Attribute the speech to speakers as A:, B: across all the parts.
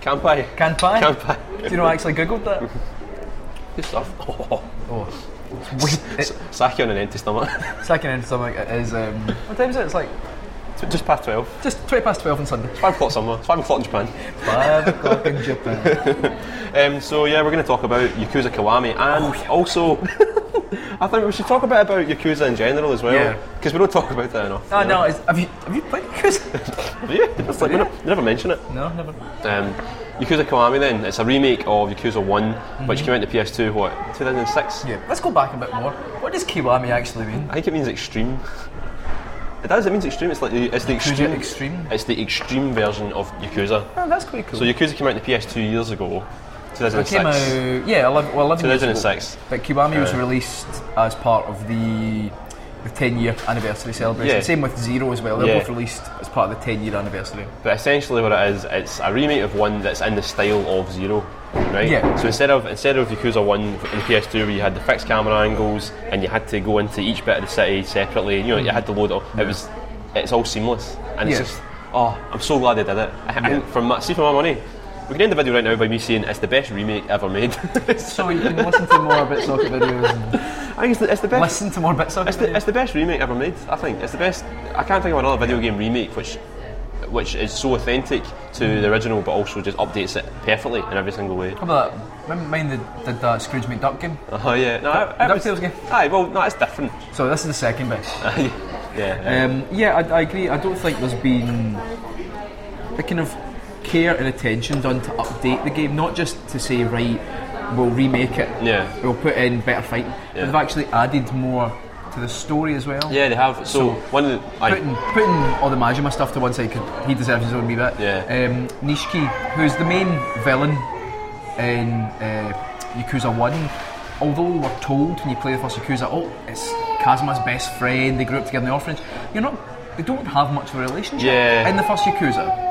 A: Campai.
B: Kanpai?
A: Kanpai.
B: Do you know I actually googled that?
A: Good stuff. Oh,
B: Oh, it's wait,
A: S-
B: it's
A: Saki on an empty stomach.
B: second end stomach is um, what time is it? It's like
A: It's just past 12. It's
B: just twenty past twelve on Sunday.
A: 5 o'clock somewhere. It's 5 o'clock in Japan.
B: Five o'clock in Japan.
A: Um, so yeah, we're going to talk about Yakuza Kiwami, and
B: Oh,
A: also I think we should talk a bit about Yakuza in general as well,
B: Yeah.
A: because we don't talk about that enough.
B: No,
A: you know.
B: no. It's, have you have you played Yakuza?
A: Yeah, it's like we don't- we never mention it.
B: No, never.
A: Um, Yakuza Kiwami then, it's a remake of Yakuza one which came out to PS2 what 2006.
B: Mm-hmm. Yeah, let's go back a bit more. What does Kiwami actually mean?
A: I think it means extreme. It does. It means extreme. It's like the, it's the extreme.
B: Extreme?
A: It's the extreme version of Yakuza.
B: Oh, that's quite cool.
A: So Yakuza came out in the PS2 years ago,
B: it
A: 2006.
B: came out yeah, 11, well, 11 years ago.
A: 2006.
B: But Kiwami was
A: Yeah.
B: released as part of the the 10 year anniversary celebration.
A: Yeah.
B: Same with Zero as well. They're
A: Yeah.
B: both released as part of the 10 year anniversary.
A: But essentially, what it is, it's a remake of one that's in the style of Zero, right?
B: Yeah.
A: So instead of instead of Yakuza One in the PS2, where you had the fixed camera angles and you had to go into each bit of the city separately, you know, you had to load it. All, It was, it's all seamless, and
B: Yeah.
A: it's just, oh, I'm so glad they did it. I, I, for my, see for my money, we can end the video right now by me saying it's the best remake ever made. I
B: So you can listen to more Bit Socket videos.
A: think it's the, it's the best.
B: listen to more Bit Socket
A: It's the, it's the best remake ever made. I think it's the best. I can't think of another video game remake which, which is so authentic to the original, but also just updates it perfectly in every single way.
B: Remember that? Remember mine that did that Scrooge McDuck game?
A: Oh yeah, no, it- it was-
B: DuckTales game.
A: Aye, well, no, it's different.
B: So this is the second bit.
A: yeah, yeah.
B: Um, yeah, I, I agree. I don't think there's been the kind of care and attention done to update the game, not just to say right, we'll remake it,
A: Yeah.
B: we'll put in better fighting, but
A: Yeah.
B: they've actually added more to the story as well.
A: yeah, they have. So,
B: so-
A: one of the. Aye,
B: Putting, putting all the Majima stuff to one side because he deserves his own wee bit.
A: Yeah.
B: Um, Nishiki, who's the main villain in uh, Yakuza 1, although we're told when you play the first Yakuza, oh, it's Kazuma's best friend, they grew up together in the orphanage, you're not, they don't have much of a relationship
A: Yeah.
B: in the first Yakuza.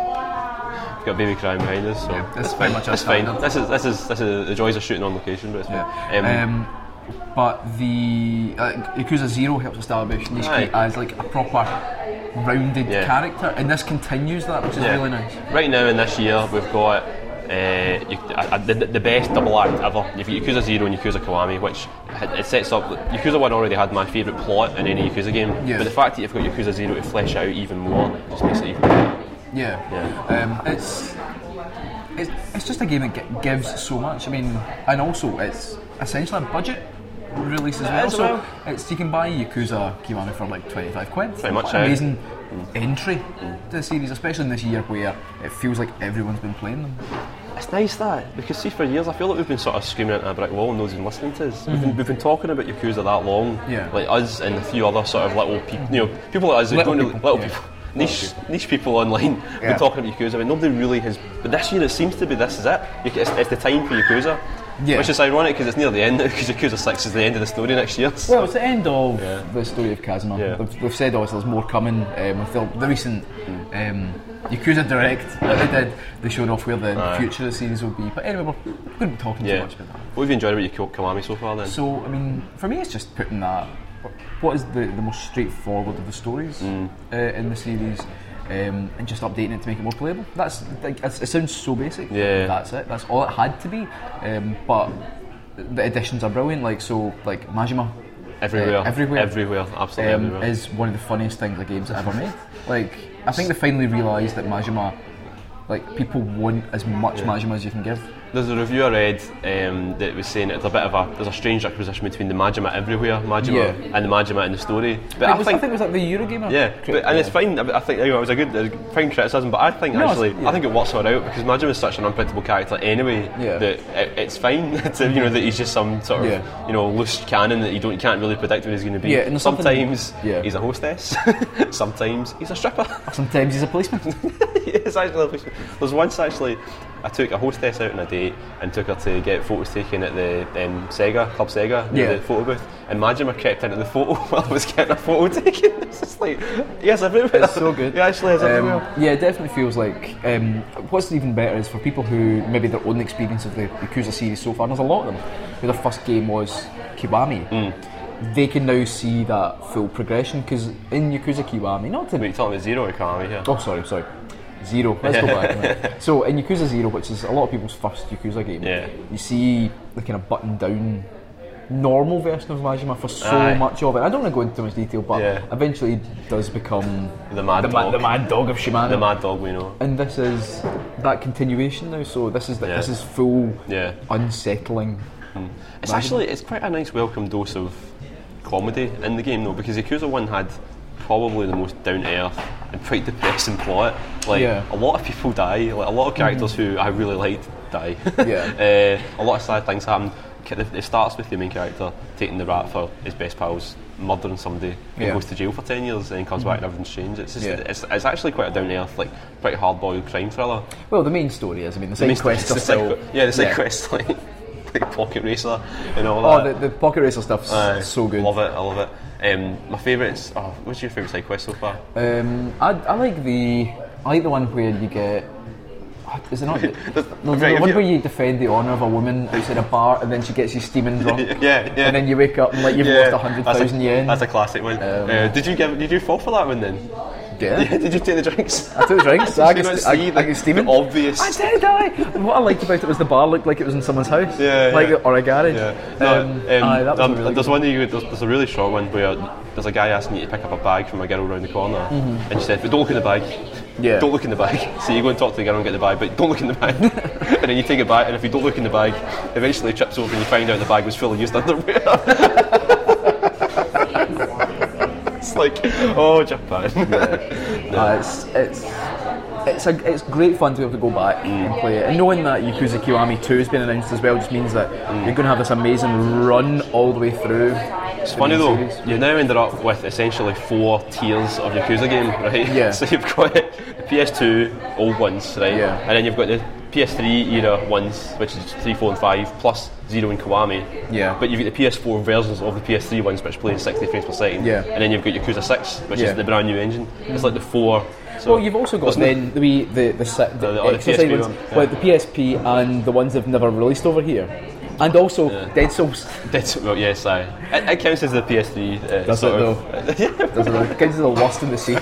A: we've got baby crying behind us, so
B: that's
A: it's fine.
B: pretty much our
A: It's fine.
B: standard.
A: This is this is this is the joys of shooting on location, but it's fine. Um,
B: Um, but the uh, Yakuza Zero helps establish Nishiki
A: Aye.
B: as like a proper rounded
A: Yeah.
B: character, and this continues that, which is
A: yeah.
B: really nice.
A: Right now in this year, we've got uh, you, uh, the, the best double act ever. You've got Yakuza Zero and Yakuza Kiwami, which ha- it sets up. Yakuza One already had my favourite plot in any Yakuza game,
B: Yeah.
A: but the fact that you've got Yakuza Zero to flesh it out even more just makes it even. better.
B: Yeah.
A: Yeah.
B: Um, it's, it's it's just a game that gi- gives so much. I mean, and also it's essentially a budget release as well.
A: is
B: So
A: well.
B: it's you can buy Yakuza Kiwami for like twenty five quid.
A: Pretty much, eh? Mm.
B: What
A: aye.
B: an amazing entry to the series, especially in this year where it feels like everyone's been playing them.
A: It's nice that because see for years I feel like we've been sort of screaming into a brick wall and no one's been listening to us. We've, been, we've been talking about Yakuza that long,
B: Mm-hmm. Yeah.
A: like us and a few other sort of little people, you know, people like us that
B: Little
A: don't really,
B: people,
A: little
B: yeah.
A: people, niche niche people online. have
B: Yeah.
A: been talking about Yakuza. I mean, nobody really has. But this year it seems to be this is it. You- It's, it's the time for Yakuza,
B: Yeah.
A: which is ironic because it's near the end now because Yakuza Six is the end of the story next year. so-
B: Well, it's the end of
A: Yeah.
B: the story of Kazuma.
A: Yeah.
B: They've, they've said, obviously, there's more coming um, with the, the recent
A: Mm.
B: um, Yakuza Direct that they did. They showed off where the future of the series will be. But anyway, we're going to be talking too
A: yeah.
B: much about that.
A: What have you enjoyed about Yaku- Kiwami so far then?
B: So, I mean, for me, it's just putting that. What is the, the most straightforward of the stories
A: Mm.
B: uh, in the series, um, and just updating it to make it more playable? That's like it's, it sounds so basic.
A: Yeah.
B: that's it. That's all it had to be. Um, but the additions are brilliant. Like so, like Majima.
A: everywhere,
B: uh, everywhere,
A: everywhere, absolutely
B: um,
A: everywhere.
B: is one of the funniest things the game's ever made. Like, I think they finally realised that Majima, like, people want as much Majima as you can give.
A: There's a review I read um, that was saying it's a bit of a there's a strange juxtaposition between the Majima everywhere, Majima,
B: Yeah.
A: and the Majima in the story. But
B: It
A: I,
B: was-
A: think,
B: it was like the Eurogamer.
A: yeah,
B: crit-
A: but, and it's fine. I I think you know, it was a good, a fine criticism, but I think
B: No, it's-
A: actually
B: yeah.
A: I think it works all out because Majima is such an unpredictable character anyway
B: Yeah.
A: that it, it's fine. to, you know that he's just some sort of
B: Yeah.
A: you know loose cannon that you don't you can't really predict what he's going to be.
B: Yeah, and there's something-
A: sometimes
B: yeah.
A: he's a hostess, sometimes he's a stripper.
B: Sometimes he's a policeman.
A: it's actually a policeman. There's once actually, I took a hostess out on a date and took her to get photos taken at the um, Sega Club Sega, near
B: Yeah.
A: the photo booth. And Majima crept into the photo while I was getting a photo taken. It's just like yes, everywhere.
B: It's so good.
A: He actually is
B: Um,
A: everywhere.
B: yeah, it definitely feels like. Um, what's even better is for people who maybe their own experience of the Yakuza series so far, and there's a lot of them, who their first game was Kiwami.
A: Mm.
B: They can now see that full progression because in Yakuza Kiwami, not to.
A: Wait, you're talking about Zero Akami here?
B: Oh, sorry, sorry. Zero. Let's go back. Right. So in Yakuza Zero, which is a lot of people's first Yakuza game,
A: Yeah.
B: you see the kind of button down normal version of Majima for so
A: Aye.
B: much of it. I don't want to go into too much detail, but
A: Yeah.
B: eventually he does become
A: The mad
B: the, ma-
A: dog.
B: the mad dog of Shimano.
A: The mad dog we know.
B: and this is that continuation now. So this is the,
A: Yeah.
B: this is full
A: Yeah.
B: unsettling.
A: It's actually it's quite a nice welcome dose of comedy in the game though, because Yakuza One had probably the most down to earth and quite depressing plot. Like
B: Yeah. Mm-hmm.
A: a lot of people die, like a lot of characters who I really liked die.
B: Yeah.
A: uh, a lot of sad things happen. K- It it starts with the main character taking the rat for his best pals, murdering somebody, who
B: Yeah. Mm-hmm.
A: goes to jail for ten years, and then comes back and everything's changed. It's just,
B: Yeah.
A: it's, it's actually quite a down to earth, like quite hard boiled crime thriller.
B: Well, the main story is, I mean, the side
A: Mr.
B: quests are
A: the side
B: still
A: que- yeah, the side quests like, like pocket racer and all
B: Oh,
A: that.
B: the, the pocket racer stuff's
A: Aye.
B: so good.
A: Love it, I love it. Um, my favourites. Oh, what's your favourite side quest so far?
B: Um, I, I like the I like the one where you get. oh, Is it not the, the, the
A: Right, if
B: one
A: you-
B: where you defend the honour of a woman outside a bar and then she gets you steaming drunk?
A: yeah, yeah.
B: And then you wake up and like you've
A: Yeah,
B: lost a hundred
A: that's a-
B: thousand yen. Um,
A: That's a classic one. uh, did you give? Did you fall for that one then?
B: yeah.
A: did you take the drinks?
B: I took drinks. I
A: Did you
B: get,
A: not
B: I,
A: see
B: I get steaming.
A: The obvious.
B: I did. I. What I liked about it was the bar looked like it was in someone's house.
A: Yeah,
B: like
A: yeah.
B: or a garage.
A: Yeah. No,
B: um,
A: um,
B: aye, that was
A: um,
B: a really
A: there's
B: good
A: one that you, there's, there's a really short one where there's a guy asking you to pick up a bag from a girl round the corner, and she said, "But don't look in the bag."
B: Mm-hmm. Yeah.
A: Don't look in the bag. So you go and talk to the girl and get the bag, but don't look in the bag. and then you take it back, and if you don't look in the bag, eventually it trips over and you find out the bag was full of used underwear. it's like, oh, Japan.
B: Uh, it's it's it's a, it's great fun to be able to go back
A: Mm.
B: and play it. And knowing that Yakuza Kiwami 2 has been announced as well just means that
A: Mm.
B: you're going to have this amazing run all the way through.
A: It's funny though, you now ended up with essentially four tiers of Yakuza game, right?
B: Yeah.
A: So you've got the PS2 old ones, right?
B: Yeah.
A: And then you've got the PS3 era ones, which is 3, 4, and 5, plus 0 and Kiwami.
B: Yeah.
A: But you've got the PS4 versions of the PS3 ones, which play in 60 frames per second.
B: Yeah.
A: And then you've got Yakuza 6, which
B: Yeah.
A: is the brand new engine. It's like the four. So
B: Well, you've also got
A: there's no-
B: then the wee- the the, si- the,
A: Oh, the- or the
B: exercise
A: PSP
B: ones,
A: one, yeah.
B: like the PSP and the ones they've never released over here, and also Dead Souls.
A: That's, well, yes, I. It, it counts as the PS3. Uh,
B: Does it
A: sort
B: though?
A: of-
B: Does it though? Gives you the lost in the sea
A: no,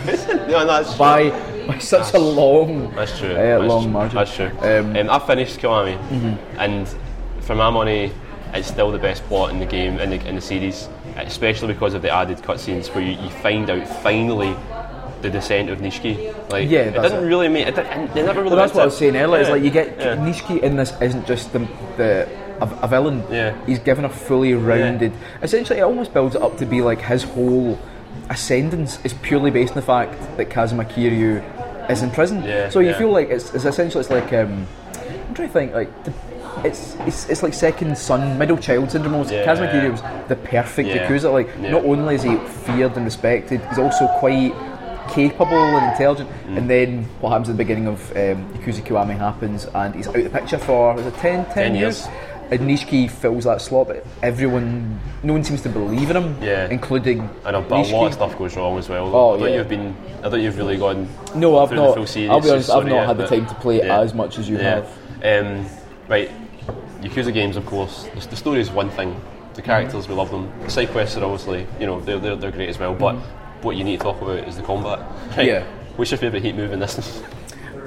A: that's
B: by by such a long
A: That's true.
B: uh,
A: That's
B: long
A: true.
B: margin.
A: That's true.
B: Um, Mm-hmm.
A: Um, I finished Kiwami, and for my money, it's still the best plot in the game in the, in the series, especially because of the added cutscenes where you, you find out finally the descent of Nishiki. Like,
B: Yeah,
A: it
B: that's
A: doesn't
B: it.
A: really make. It, didn't- they never really.
B: Well, that's
A: meant
B: what I
A: it.
B: was saying earlier. It's
A: Yeah,
B: like you get
A: yeah.
B: Nishiki in this isn't just the, the a, a villain.
A: Yeah.
B: He's given a fully rounded. Essentially, it almost builds it up to be like his whole ascendance is purely based on the fact that Kazuma Kiryu is in prison.
A: Yeah,
B: so you
A: yeah.
B: feel like it's, it's essentially it's like um, I'm trying to think like. The, it's, it's, it's like second son, middle child syndrome. almost.
A: Yeah.
B: Kazuma Kiryu was the perfect
A: Yeah.
B: Yakuza. Like,
A: Yeah.
B: not only is he feared and respected, he's also quite capable and intelligent.
A: Mm.
B: And then what happens at the beginning of um, Yakuza Kiwami happens, and he's out of the picture for is it 10, 10,
A: 10
B: years.
A: years.
B: And Nishiki fills that slot, but everyone, no one seems to believe in him,
A: Yeah.
B: including
A: And a, but a
B: Nishiki.
A: lot of stuff goes wrong as well.
B: Oh,
A: I thought
B: yeah.
A: you've been. I thought you've really gone.
B: No, I've
A: through the
B: not.
A: full series,
B: I'll be honest,
A: so
B: I've not
A: yeah,
B: had the
A: but-
B: time to play it
A: yeah.
B: as much as you have.
A: Um, right, Yakuza games, of course. The, the story is one thing. The
B: Mm-hmm.
A: characters, we love them. The side quests are obviously, you know, they're, they're, they're great as well. But what you need to talk about is the combat. Right?
B: Yeah.
A: What's your favourite heat move in this?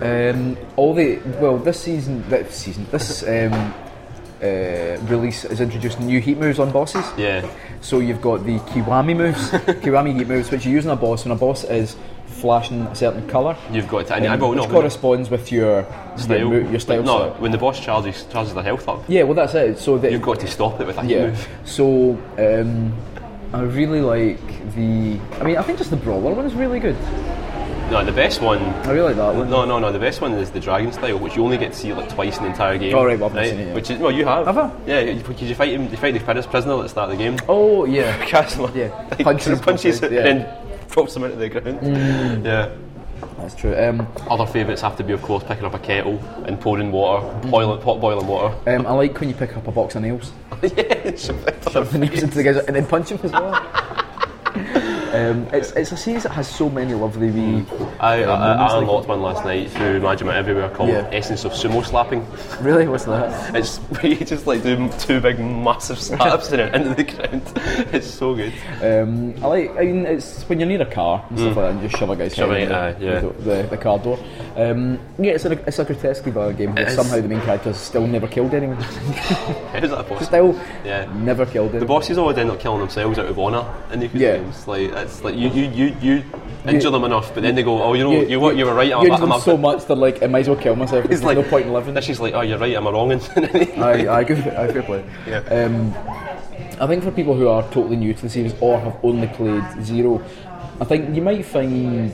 B: Um, all the well, this season, this season, this um, uh, release has introduced new heat moves on bosses.
A: yeah.
B: So you've got the Kiwami moves, Kiwami heat moves, which you use on a boss when a boss is flashing a certain colour.
A: You've got to. And, I Uh, well, no,
B: which
A: when the
B: corresponds with your Your, mo- your style.
A: No,
B: set.
A: when the boss charges charges their health up,
B: Yeah, well that's it. So that
A: you've got to stop it with a heat
B: yeah.
A: move.
B: So um, I really like the. I mean, I think just the brawler one is really good.
A: No, the best one
B: I really like that one.
A: No, no, no. The best one is the dragon style, which you only get to see like twice in the entire game.
B: Oh, right, well, I've not seen it yet.
A: Which is well, you have.
B: Have I?
A: Yeah, you- because you fight him. You fight the pris- prisoner at the start of the game.
B: Oh yeah.
A: Kazuma.
B: Yeah,
A: He
B: punches
A: punches it,
B: him, yeah. Mm.
A: and then drops him into the ground. Yeah.
B: That's true. Um,
A: Other favourites have to be, of course, picking up a kettle and pouring water, boiling pot boiling water.
B: um, I like when you pick up a box of nails,
A: yeah, it's a bit of-
B: the nails into the guys, and then punch him as well. Um, it's, it's a series that has so many lovely wee.
A: I,
B: uh,
A: I,
B: moments
A: I
B: like-
A: unlocked one last night through Majima Everywhere called
B: Yeah.
A: Essence of Sumo Slapping.
B: Really, what's that?
A: It's where you just like do m- two big massive slaps and it into the ground. It's so good.
B: Um, I like. I mean, it's when you're near a car and stuff like that, and you just shove a guy's
A: Mm. Shove
B: head in
A: it, aye,
B: the,
A: yeah.
B: the, the car door. Um, yeah, it's a, it's a grotesquely violent game. Where
A: It is.
B: somehow the main character's still never killed anyone.
A: How's that possible?
B: still,
A: Yeah.
B: never killed anyone.
A: The bosses always end up killing themselves out of honour in the
B: Yeah.
A: games. Like that's like you you you, you injure them enough, but then they go, oh, you know, you, what, you were right. I'm,
B: You
A: I'm
B: them
A: a-
B: so much that like I might as well kill myself.
A: It's
B: There's
A: like
B: no point in living.
A: That's just like, oh, you're right. I'm a wrong. And
B: I, I agree. I agree with you.
A: Yeah.
B: Um, I think for people who are totally new to the series or have only played Zero, I think you might find.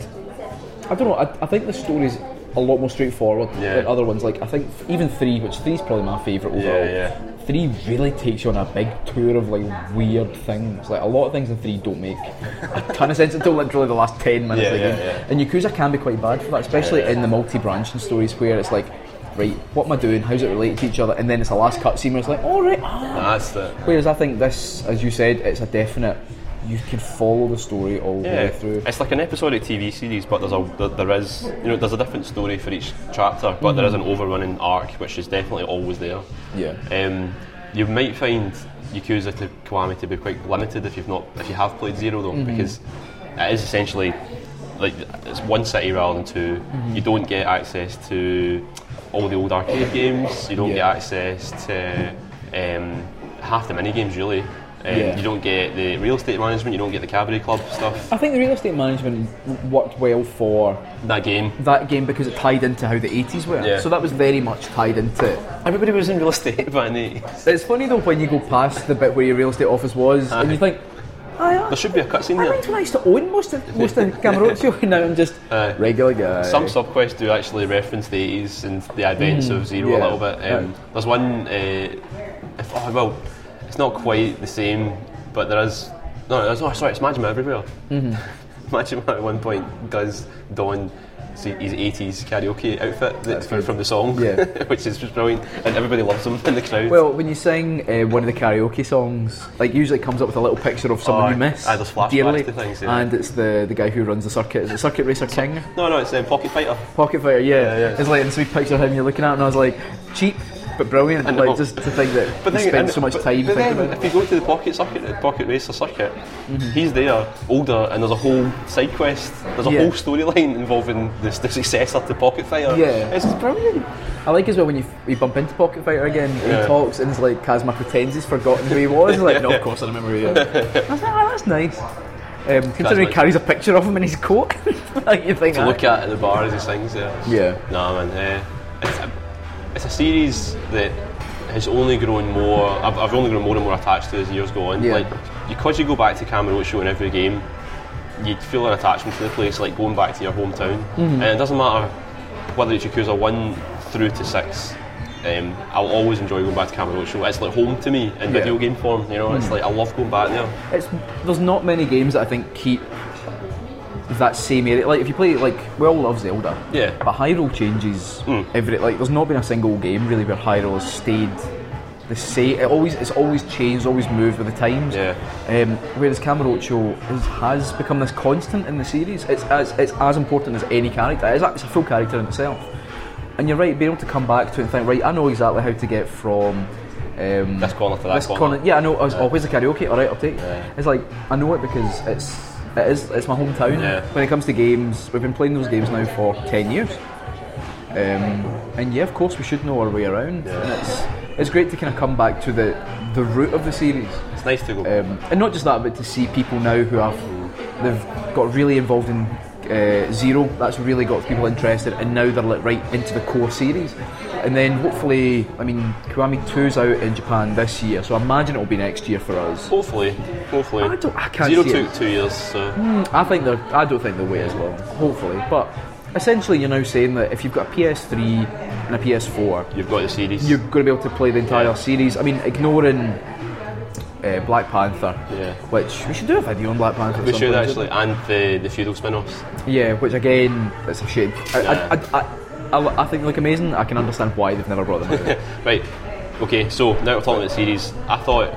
B: I don't know. I, I think the story's a lot more straightforward
A: Yeah.
B: than other ones. Like I think even three, which three's probably my favourite overall.
A: yeah.
B: Three really takes you on a big tour of like weird things. Like a lot of things in three don't make a ton of sense until literally the last ten minutes
A: Yeah,
B: of the
A: yeah,
B: game.
A: yeah.
B: And Yakuza can be quite bad for that, especially
A: Yeah.
B: in the multi-branching stories where it's like, right, what am I doing? How's it relate to each other? And then it's a last cutscene where it's like, all right. Ah.
A: that's the
B: Whereas I think this, as you said, it's a definite. You can follow the story all the
A: yeah.
B: way through.
A: It's like an episodic TV series, but there's a there, there is you know there's a different story for each chapter, but there is an overrunning arc which is definitely always there.
B: Mm-hmm. Yeah.
A: Um, you might find Yakuza to Kiwami to be quite limited if you've not if you have played Zero though,
B: Mm-hmm.
A: because it is essentially like it's one city rather than 2
B: Mm-hmm.
A: You don't get access to all the old arcade games. You don't
B: Yeah.
A: get access to um, half the mini games really. Um,
B: Yeah.
A: You don't get the real estate management. You don't get the cabaret club stuff.
B: I think the real estate management w- worked well for
A: That game.
B: that game because it tied into how the 80s were.
A: Yeah.
B: So that was very much tied into it.
A: Everybody was in real estate by the
B: It's funny though when you go past the bit where your real estate office was and you think, I,
A: There should be a cutscene
B: I
A: there.
B: might when I used to own most of most of Camarocho and now I'm just
A: Aye.
B: regular guy.
A: Some subquests do actually reference the 80s and the advents of Zero
B: yeah.
A: a little bit. Um,
B: Right.
A: There's one, uh, if, oh, well, it's not quite the same, but there is. No, there's, oh, sorry, it's Majima everywhere. Majima at one point does don his 80s karaoke outfit that's
B: good.
A: from the song,
B: Yeah.
A: which is just brilliant, and everybody loves him in the crowd.
B: Well, when you sing uh, one of the karaoke songs, like usually it comes up with a little picture of someone
A: Aye.
B: you miss,
A: Oh, Aye, there's flashbacks
B: dearly,
A: to things, yeah.
B: and it's the the guy who runs the circuit. Is it Circuit Racer King?
A: no, no, it's um, Pocket Fighter.
B: Pocket Fighter, yeah.
A: Yeah, yeah.
B: It's like and so we picture him. You're looking at, him and I was like, cheap but brilliant.
A: know.
B: Like just to think that he
A: then-
B: spent
A: and-
B: so much
A: but-
B: time
A: but
B: thinking
A: then
B: about it. Mm-hmm.
A: If you go to the pocket circuit, the pocket racer circuit, he's there, older, and there's a whole side quest. There's a
B: Yeah.
A: whole storyline involving this, the successor to Pocket Fire.
B: Yeah.
A: it's brilliant.
B: I like as well when you, you bump into Pocket Fighter again,
A: Yeah.
B: he talks and it's like Kazma pretends he's forgotten who he was. He's like, no,
A: Yeah.
B: of course I remember who he is. I was like, oh, that's nice. Um, considering
A: Kazma-
B: he carries a picture of him in his coat, like you think,
A: To look
B: "Ah."
A: at at the bar as he sings. Yeah.
B: yeah,
A: Nah, man. Uh, it's, a, it's a series that has only grown more. I've, I've only grown more and more attached to as years go on.
B: Yeah.
A: Like because you go back to Camarocho in every game, you feel an attachment to the place, like going back to your hometown.
B: Mm-hmm.
A: And it doesn't matter whether it's Yakuza one through to six. Um, I'll always enjoy going back to Camarocho. It's like home to me in video game form. You know, it's
B: Mm-hmm.
A: like I love going back there.
B: it's there's not many games that I think keep that same area. Like if you play like we all love Zelda,
A: Yeah. Hmm.
B: but Hyrule changes every. Like there's not been a single game really where Hyrule has stayed the same. It always it's always changed, always moved with the times.
A: Yeah.
B: Um, whereas Camarocho is, has become this constant in the series. It's as it's as important as any character. It's a, it's a full character in itself. And you're right, being able to come back to it and think, right, I know exactly how to get from. Um,
A: This corner to that
B: this
A: corner.
B: corner, yeah, I know. I was always the karaoke. All right, I'll take. it. It's like I know it because it's it is it's my hometown.
A: Yeah.
B: When it comes to games, we've been playing those games now for ten years, um, and yeah, of course we should know our way around. And it's it's great to kind of come back to the the root of the series,
A: It's nice to go.
B: um, and not just that, but to see people now who have they've got really involved in. Uh, Zero, that's really got people interested, and now they're like right into the core series. And then hopefully, I mean, Kiwami 2's out in Japan this year, so I imagine it'll be next year for us.
A: hopefully, hopefully.
B: I don't- I can't
A: Zero
B: see
A: took
B: it.
A: two years, so.
B: I think they're. I don't think they'll wait as long. Hopefully, but essentially, you're now saying that if you've got a PS3 and a PS4,
A: You've got the series.
B: you're going to be able to play the entire
A: Yeah.
B: series. I mean, ignoring uh, Black Panther,
A: Yeah.
B: which we should do a video on Black Panther. at
A: We
B: some
A: should
B: point,
A: actually, and the, the feudal spin offs.
B: shouldn't we? Yeah, which again, it's a shame. I, I, I, I, I, I think they look amazing. I can understand why they've never brought them out.
A: right, okay, so now we're talking about series. I thought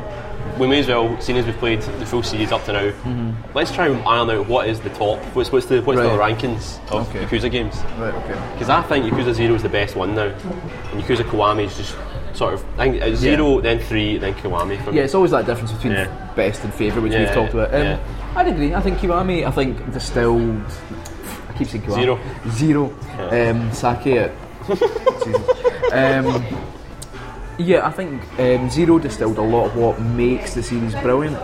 A: we may as well, seeing as we've played the full series up to now, let's try and iron out what is the top, what's, what's the what's the
B: Mm-hmm. Right.
A: rankings of
B: Okay.
A: Yakuza games.
B: Right, okay.
A: Because I think Yakuza Zero is the best one now, and Yakuza Kiwami is just sort of I think it's Zero, then Three, then Kiwami. For me.
B: Yeah, it's always that difference between
A: Yeah.
B: best and favourite, which
A: Yeah,
B: we've talked about. Um,
A: yeah.
B: I'd agree. I think Kiwami, I think distilled. I keep saying Kiwami.
A: Zero.
B: Zero. Um, sake at. Jesus. Um, yeah, I think um, Zero distilled a lot of what makes the series brilliant.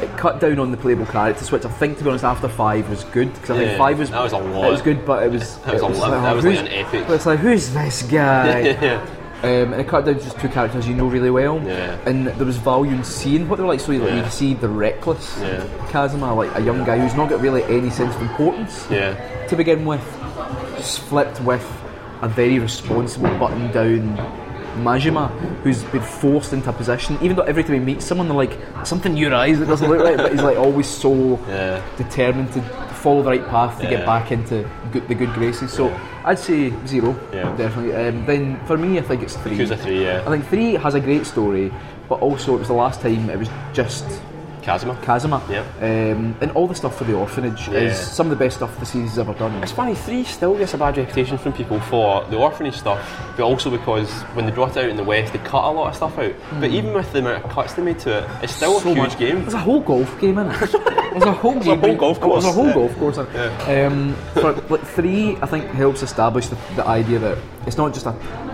B: It cut down on the playable characters, which I think, to be honest, after five was good because I
A: Yeah,
B: think five was
A: that was a lot.
B: It was good, but it was
A: That was
B: it
A: a lot. That was like
B: who's-
A: an epic.
B: But it's like who's this guy?
A: yeah.
B: Um, and it cut down to just two characters you know really well.
A: Yeah.
B: And there was value in seeing what they were like. So you, like,
A: Yeah.
B: you see the reckless
A: Yeah.
B: Kazuma, like a young guy who's not got really any sense of importance
A: Yeah.
B: to begin with, just flipped with a very responsible button down Majima, who's been forced into a position. Even though every time he meets someone, they're like, something in your eyes that doesn't look right, but he's like always so
A: Yeah.
B: determined to follow the right path to
A: Yeah.
B: get back into good, the good graces. So I'd say zero,
A: Yeah.
B: definitely. Um, then for me, I think it's three.
A: Yakuza Three,
B: I
A: yeah.
B: think three has a great story, but also it was the last time it was just
A: Kazuma.
B: Kazuma.
A: Yeah.
B: Um, and all the stuff for the orphanage
A: Yeah.
B: is some of the best stuff the series has ever done.
A: It's funny, three still gets a bad reputation from people for the orphanage stuff, but also because when they brought it out in the West, they cut a lot of stuff out. But even with the amount of cuts they made to it, it's still
B: So
A: a huge
B: much-
A: game.
B: There's a whole golf game in it. There's a whole game.
A: whole golf
B: There's a
A: course.
B: whole
A: Yeah.
B: golf course. in it. Um, for, like, three, I think helps establish the, the idea that it's not just a,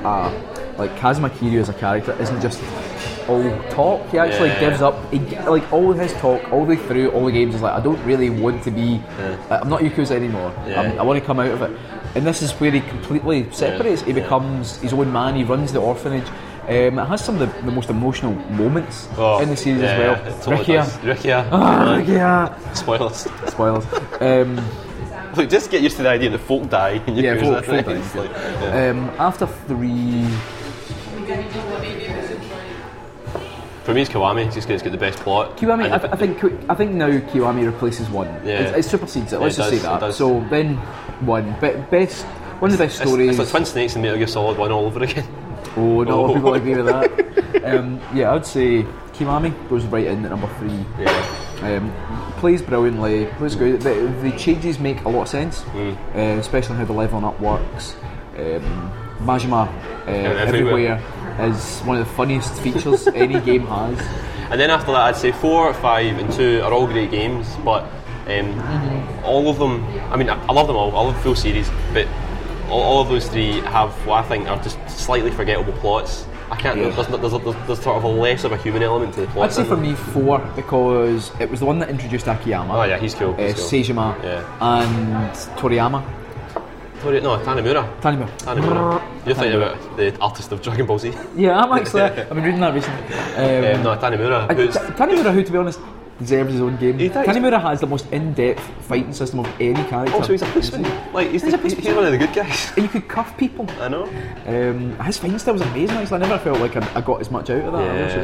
B: a like Kazuma Kiryu as a character isn't just all talk. He actually
A: Yeah.
B: gives up. He, g- like all his talk, all the way through, all the games is like I don't really want to be. I- I'm not Yakuza anymore.
A: Yeah.
B: I'm- I want to come out of it. And this is where he completely separates. He
A: Yeah.
B: becomes his own man. He runs the orphanage. Um, it has some of the, the most emotional moments
A: Oh,
B: in the series
A: yeah,
B: as
A: yeah,
B: well.
A: it totally
B: Rickia.
A: does. Rickia.
B: Ah,
A: Man,
B: Rickia.
A: Spoilers.
B: Spoilers. Um,
A: Look, just get used to the idea that folk die in
B: Yeah,
A: Yakuza.
B: folk- folk die.
A: It's like, yeah.
B: um, after three,
A: For me, it's Kiwami, just 'cause it's got the best plot.
B: Kiwami.
A: And
B: I, I think Ki- I think now Kiwami replaces one.
A: Yeah.
B: It, it supersedes it. Let's
A: Yeah, it does,
B: just say
A: it
B: that.
A: does.
B: So then one, but best one of the best
A: it's,
B: stories.
A: it's like Twin Snakes and Metal Gear Solid 1 all over again.
B: oh, not a lot
A: Oh.
B: of people agree with that. um, yeah, I'd say Kiwami goes right in at number three.
A: Yeah.
B: Um, plays brilliantly, plays good. The, the changes make a lot of sense,
A: Hmm.
B: uh, especially how the leveling up works. Um, Majima uh,
A: everywhere.
B: everywhere. is one of the funniest features any game has.
A: And then after that, I'd say four, five, and two are all great games, but um, all of them. I mean, I, I love them all. I love the full series, but all, all of those three have what I think are just slightly forgettable plots. I can't.
B: Yeah.
A: There's, there's, there's, there's sort of a less of a human element to the plot.
B: I'd say
A: than
B: for
A: them.
B: me four because it was the one that introduced Akiyama.
A: Oh yeah, he's cool.
B: uh,
A: He's cool.
B: Seijima
A: Yeah.
B: and Toriyama.
A: Sorry, No, Tanimura.
B: Tanimura.
A: Tanimura. You're thinking
B: Tanimura.
A: about the artist of Dragon Ball Z. um,
B: Yeah, I'm actually. I've been reading that recently. Um,
A: no, Tanimura.
B: I-
A: who's-
B: Ta- Tanimura, who to be honest, deserves his own game.
A: He does.
B: Tanimura has the most in-depth fighting system of any character.
A: also, Oh, he's a policeman. Like he's, the, he's one of the good guys.
B: And you could cuff people.
A: I know.
B: Um, his fighting style was amazing. Actually, I never felt like I, I got as much out of that. I'm not
A: Yeah.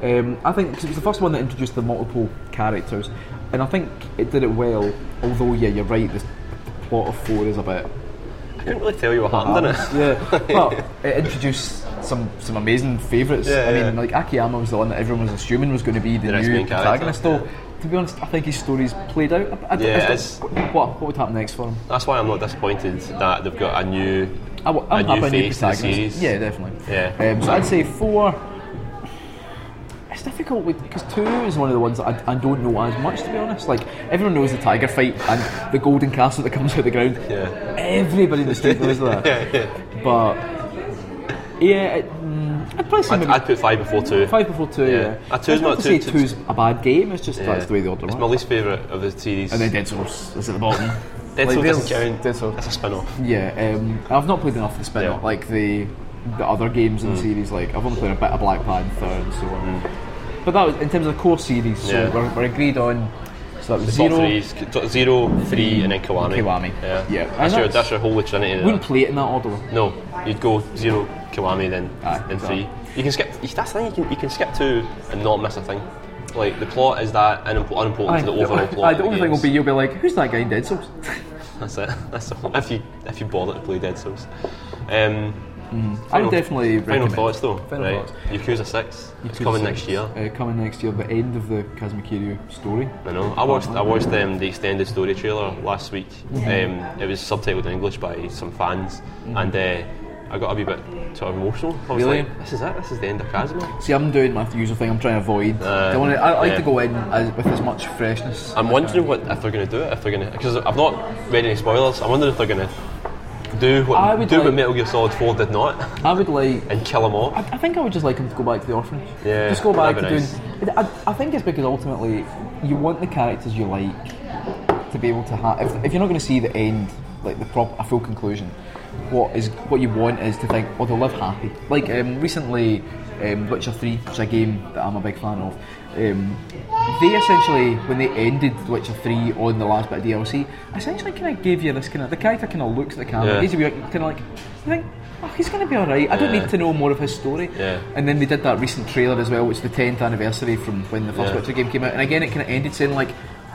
B: sure. Um, I think 'cause it was the first one that introduced the multiple characters, and I think it did it well. Although, yeah, you're right. The plot of four is a bit.
A: I couldn't really tell you what
B: Uh,
A: happened in it.
B: Yeah, but it introduced some some amazing favourites.
A: Yeah,
B: I mean,
A: yeah.
B: like Akiyama was the one that everyone was assuming was going to be the,
A: next
B: new
A: main character,
B: protagonist. Though, to be honest, I think his story's played out. I- I, I-
A: Yeah, it's-
B: what what would happen next for him?
A: That's why I'm not disappointed that they've got a new.
B: I, am
A: A new
B: happy new
A: face to the
B: protagonist.
A: series.
B: Yeah, definitely.
A: Yeah.
B: Um, so I'd say four. It's difficult because two is one of the ones that I, I don't know as much to be honest. Like everyone knows the tiger fight and the golden castle that comes out of the ground.
A: Yeah.
B: Everybody in the street knows that. But yeah, it, mm, I'd probably say
A: I'd,
B: maybe
A: I'd put five before two.
B: five before two.
A: yeah.
B: Yeah,
A: Uh, two's
B: It's not
A: not-
B: to
A: two-
B: say
A: two-
B: two's a bad game. It's just
A: Yeah.
B: that's the way the order
A: It's
B: works.
A: my least favourite of the series.
B: and then Dead Souls is at the bottom.
A: Dead Soul doesn't
B: Like, there's-
A: count.
B: Dead Souls.
A: That's a spin-off.
B: Yeah, um, I've not played enough of the spin
A: Yeah. Mm.
B: off like the the other games in the series. Like I've only played a bit of Black Panther and so on. But that was in terms of the core series. So
A: Yeah.
B: we're, we're agreed on. So that was
A: Zero,
B: zero.
A: three, zero, three, and then Kiwami.
B: Kiwami.
A: Yeah.
B: Yeah.
A: That's,
B: And
A: your,
B: that's-
A: that's your holy trinity. there.
B: Wouldn't play it in that order.
A: No, you'd go zero, Kiwami, then
B: Aye,
A: then
B: exactly.
A: three. You can skip. you- That's the thing. You can you can skip two and not miss a thing. Like the plot is that unimpo- unimportant to the overall plot.
B: aye,
A: of
B: the only thing will
A: games.
B: be you'll be like, who's that guy in Dead Souls?
A: That's it. That's all. If you if you bother to play Dead Souls, um,
B: I would definitely
A: Final
B: recommend.
A: thoughts though.
B: Final
A: right.
B: thoughts.
A: Yakuza 6. It's
B: Yakuza
A: coming
B: 6,
A: next year.
B: Uh, coming next year, the end of the Kazuma story.
A: I know. I watched I watched um, the extended story trailer last week.
B: Mm-hmm.
A: Um, it was subtitled in English by some fans, and uh, I got a wee bit sort of emotional. I was
B: Really?
A: like, this is it. This is the end of Kazuma.
B: See, I'm doing my usual thing. I'm trying to avoid.
A: Uh,
B: Don't wanna- I like
A: yeah.
B: to go in as, with as much freshness.
A: I'm wondering what if they're going to do it. If they're going to because I've not read any spoilers. I wonder if they're going to do
B: I
A: what
B: would
A: do what
B: like-
A: Metal Gear Solid 4 did not
B: I would like.
A: and kill them all.
B: I, I think I would just like him to go back to the orphanage.
A: Yeah,
B: Just go back
A: that'd
B: to
A: be nice.
B: doing. I, I think it's because ultimately you want the characters you like to be able to have. If, if you're not going to see the end, like the prop, a full conclusion, what is what you want is to think, oh, they'll live happy. Like um, recently, um, Witcher Three, which is a game that I'm a big fan of. Um, they essentially, when they ended Witcher 3 on the last bit of DLC, essentially kind of gave you this kind of. The character kind of looks at the camera,
A: Yeah.
B: he's kind of like, you think, oh, he's going to be alright. I don't
A: Yeah.
B: need to know more of his story.
A: Yeah.
B: And then they did that recent trailer as well, which is the 10th anniversary from when the first
A: Yeah.
B: Witcher game came out. And again, it kind of ended saying, like,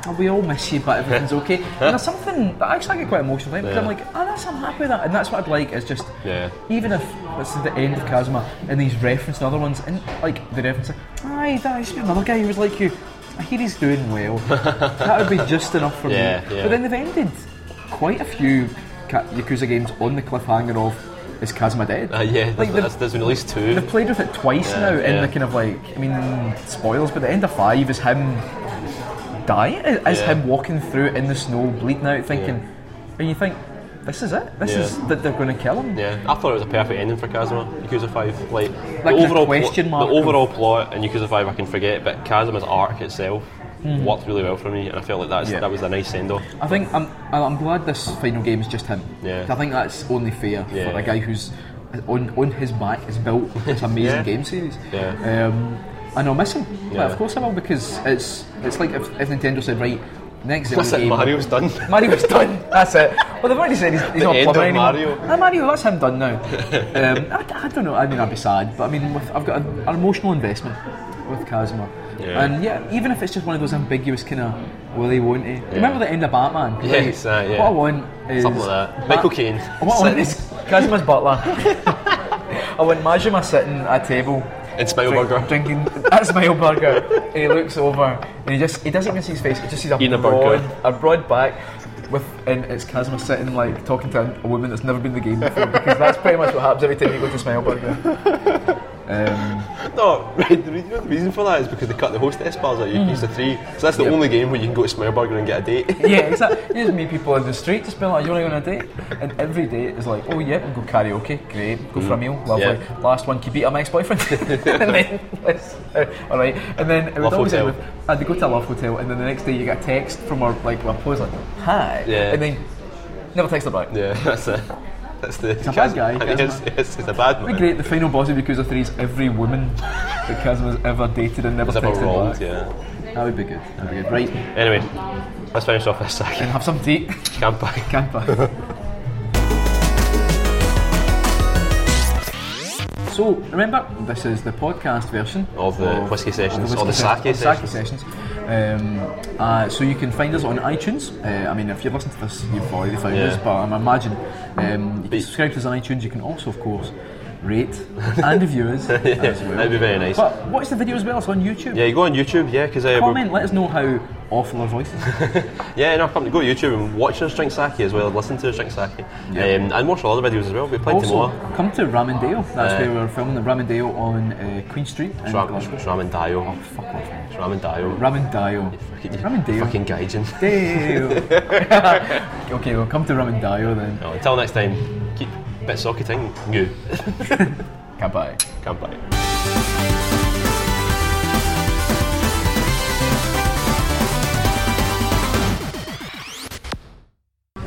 B: oh, we all miss you, but everything's okay. And there's something that actually I get quite emotional about because I'm
A: Yeah.
B: like, oh, that's, I'm happy with that. And that's what I'd like is just,
A: Yeah.
B: even if this is the end of Kazuma and he's referenced other ones, and like the reference, aye, that is another guy who was like you. I hear he's doing well. that would be just enough for
A: Yeah,
B: me.
A: yeah.
B: But then they've ended quite a few Ka- Yakuza games on the cliffhanger of, is Kazuma dead?
A: Uh, yeah, there's,
B: Like the-
A: that's, there's been at least two.
B: They've played with it twice
A: Yeah,
B: now, and
A: yeah.
B: they're kind of like, I mean, spoils, but the end of five is him dying, is is
A: Yeah.
B: him walking through in the snow, bleeding out, thinking, and you think, this is it, this
A: Yeah.
B: is that they're going to kill him.
A: Yeah, I thought it was a perfect ending for Kazuma. Yakuza Five, like, the
B: Like the
A: overall plo-
B: question mark
A: the
B: of-
A: overall plot in Yakuza Five, I can forget, but Kazuma's arc itself
B: Hmm.
A: worked really well for me, and I felt like that's,
B: Yeah.
A: that was a nice send off.
B: I think I'm, I'm glad this final game is just him.
A: Yeah.
B: I think that's only fair
A: Yeah.
B: for a guy who's on, on his back has built this amazing
A: Yeah.
B: game series.
A: Yeah.
B: Um, and I'll miss him.
A: Yeah.
B: Like, of course I will because it's it's like if, if Nintendo said right next
A: That's
B: Zelda
A: it,
B: game
A: Mario's done.
B: Mario's done. That's it. Well, they've already said he's, he's not
A: end
B: plumber
A: of
B: anymore.
A: Mario.
B: Ah, Mario, that's him done now. Um, I, I don't know. I mean, I'd be sad, but I mean, with, I've got an, an emotional investment with Kazuma,
A: Yeah.
B: and yeah, even if it's just one of those ambiguous kind of will he, won't he? Remember the end of Batman?
A: Yes,
B: Like,
A: uh, yeah.
B: What I want is
A: Something like that. Michael Caine.
B: What I want
A: Sitting-
B: is Kazuma's butler. I want Majima sitting at a table
A: And Smile
B: drink-
A: Burger.
B: Drinking that's my old burger. and he looks over and he just he doesn't even see his face, he just sees a
A: Eating a
B: broad
A: burger.
B: a broad back with and it's Kazma sitting like talking to a, a woman that's never been in the game before because that's pretty much what happens every time you go to Smile Burger. Um,
A: No, right, the reason, you know the reason for that is because they cut the hostess bars
B: Hmm.
A: at Yakuza 3. So that's the only game where you can go to Smile Burger and get a date.
B: yeah, exactly. You just meet people in the street, just being like, "You want to go on a date?" And every date is like, "Oh yeah, we'll go karaoke, great. Go for a meal, lovely.
A: Mm. Yeah.
B: Last one, can you beat up my ex-boyfriend?" and then, it's- uh, all right. And then it would
A: Love
B: always end
A: hotel.
B: with, "I'd go to a love hotel," and then the next day you get a text from our like our pose like, "Hi,"
A: Yeah.
B: and then never text her back.
A: yeah, that's it. That's the. It's
B: a bad guy,
A: It is,
B: Kazuma.
A: it's, it's a bad
B: It'd
A: man.
B: be great. The final boss of Yakuza 3 is every woman that Kazma's ever dated and never
A: It's ever
B: texted
A: wronged,
B: back.
A: yeah.
B: That would be good. That'd be good. Right, and
A: Anyway, let's finish off this second
B: have some tea.
A: campaign.
B: Camper. so remember, this is the podcast version
A: Of the whiskey sessions,
B: whiskey
A: or the
B: sessions,
A: sake
B: or the sake sessions. Um, uh, so you can find us on iTunes. Uh, I mean, if you listen to this, you've already found
A: Yeah.
B: us. But I imagine um, you can
A: But-
B: subscribe to us on iTunes. You can also, of course, rate and review us as well.
A: that'd be very nice.
B: But watch the video as well. It's on YouTube.
A: Yeah, you go on YouTube, yeah, because uh, we're-
B: Comment. Let us know how awful our voices.
A: Yeah, no, come go to YouTube and watch us drink sake as well, listen to us drink sake, um, and watch all other videos as well. We played
B: Also,
A: more.
B: come to Ramondale. That's
A: Uh,
B: where we're filming the Ramondale on uh, Queen Street. um, in
A: Ram,
B: Glasgow.
A: Ramen Dio.
B: Oh, Fuck off. man.
A: Ramen Dio.
B: Ramondale. Ramondale.
A: Fucking gaijin.
B: Dale. okay, well, come to Ramondale then.
A: No, until next time, keep bit socketing you.
B: Goodbye.
A: Can't buy it.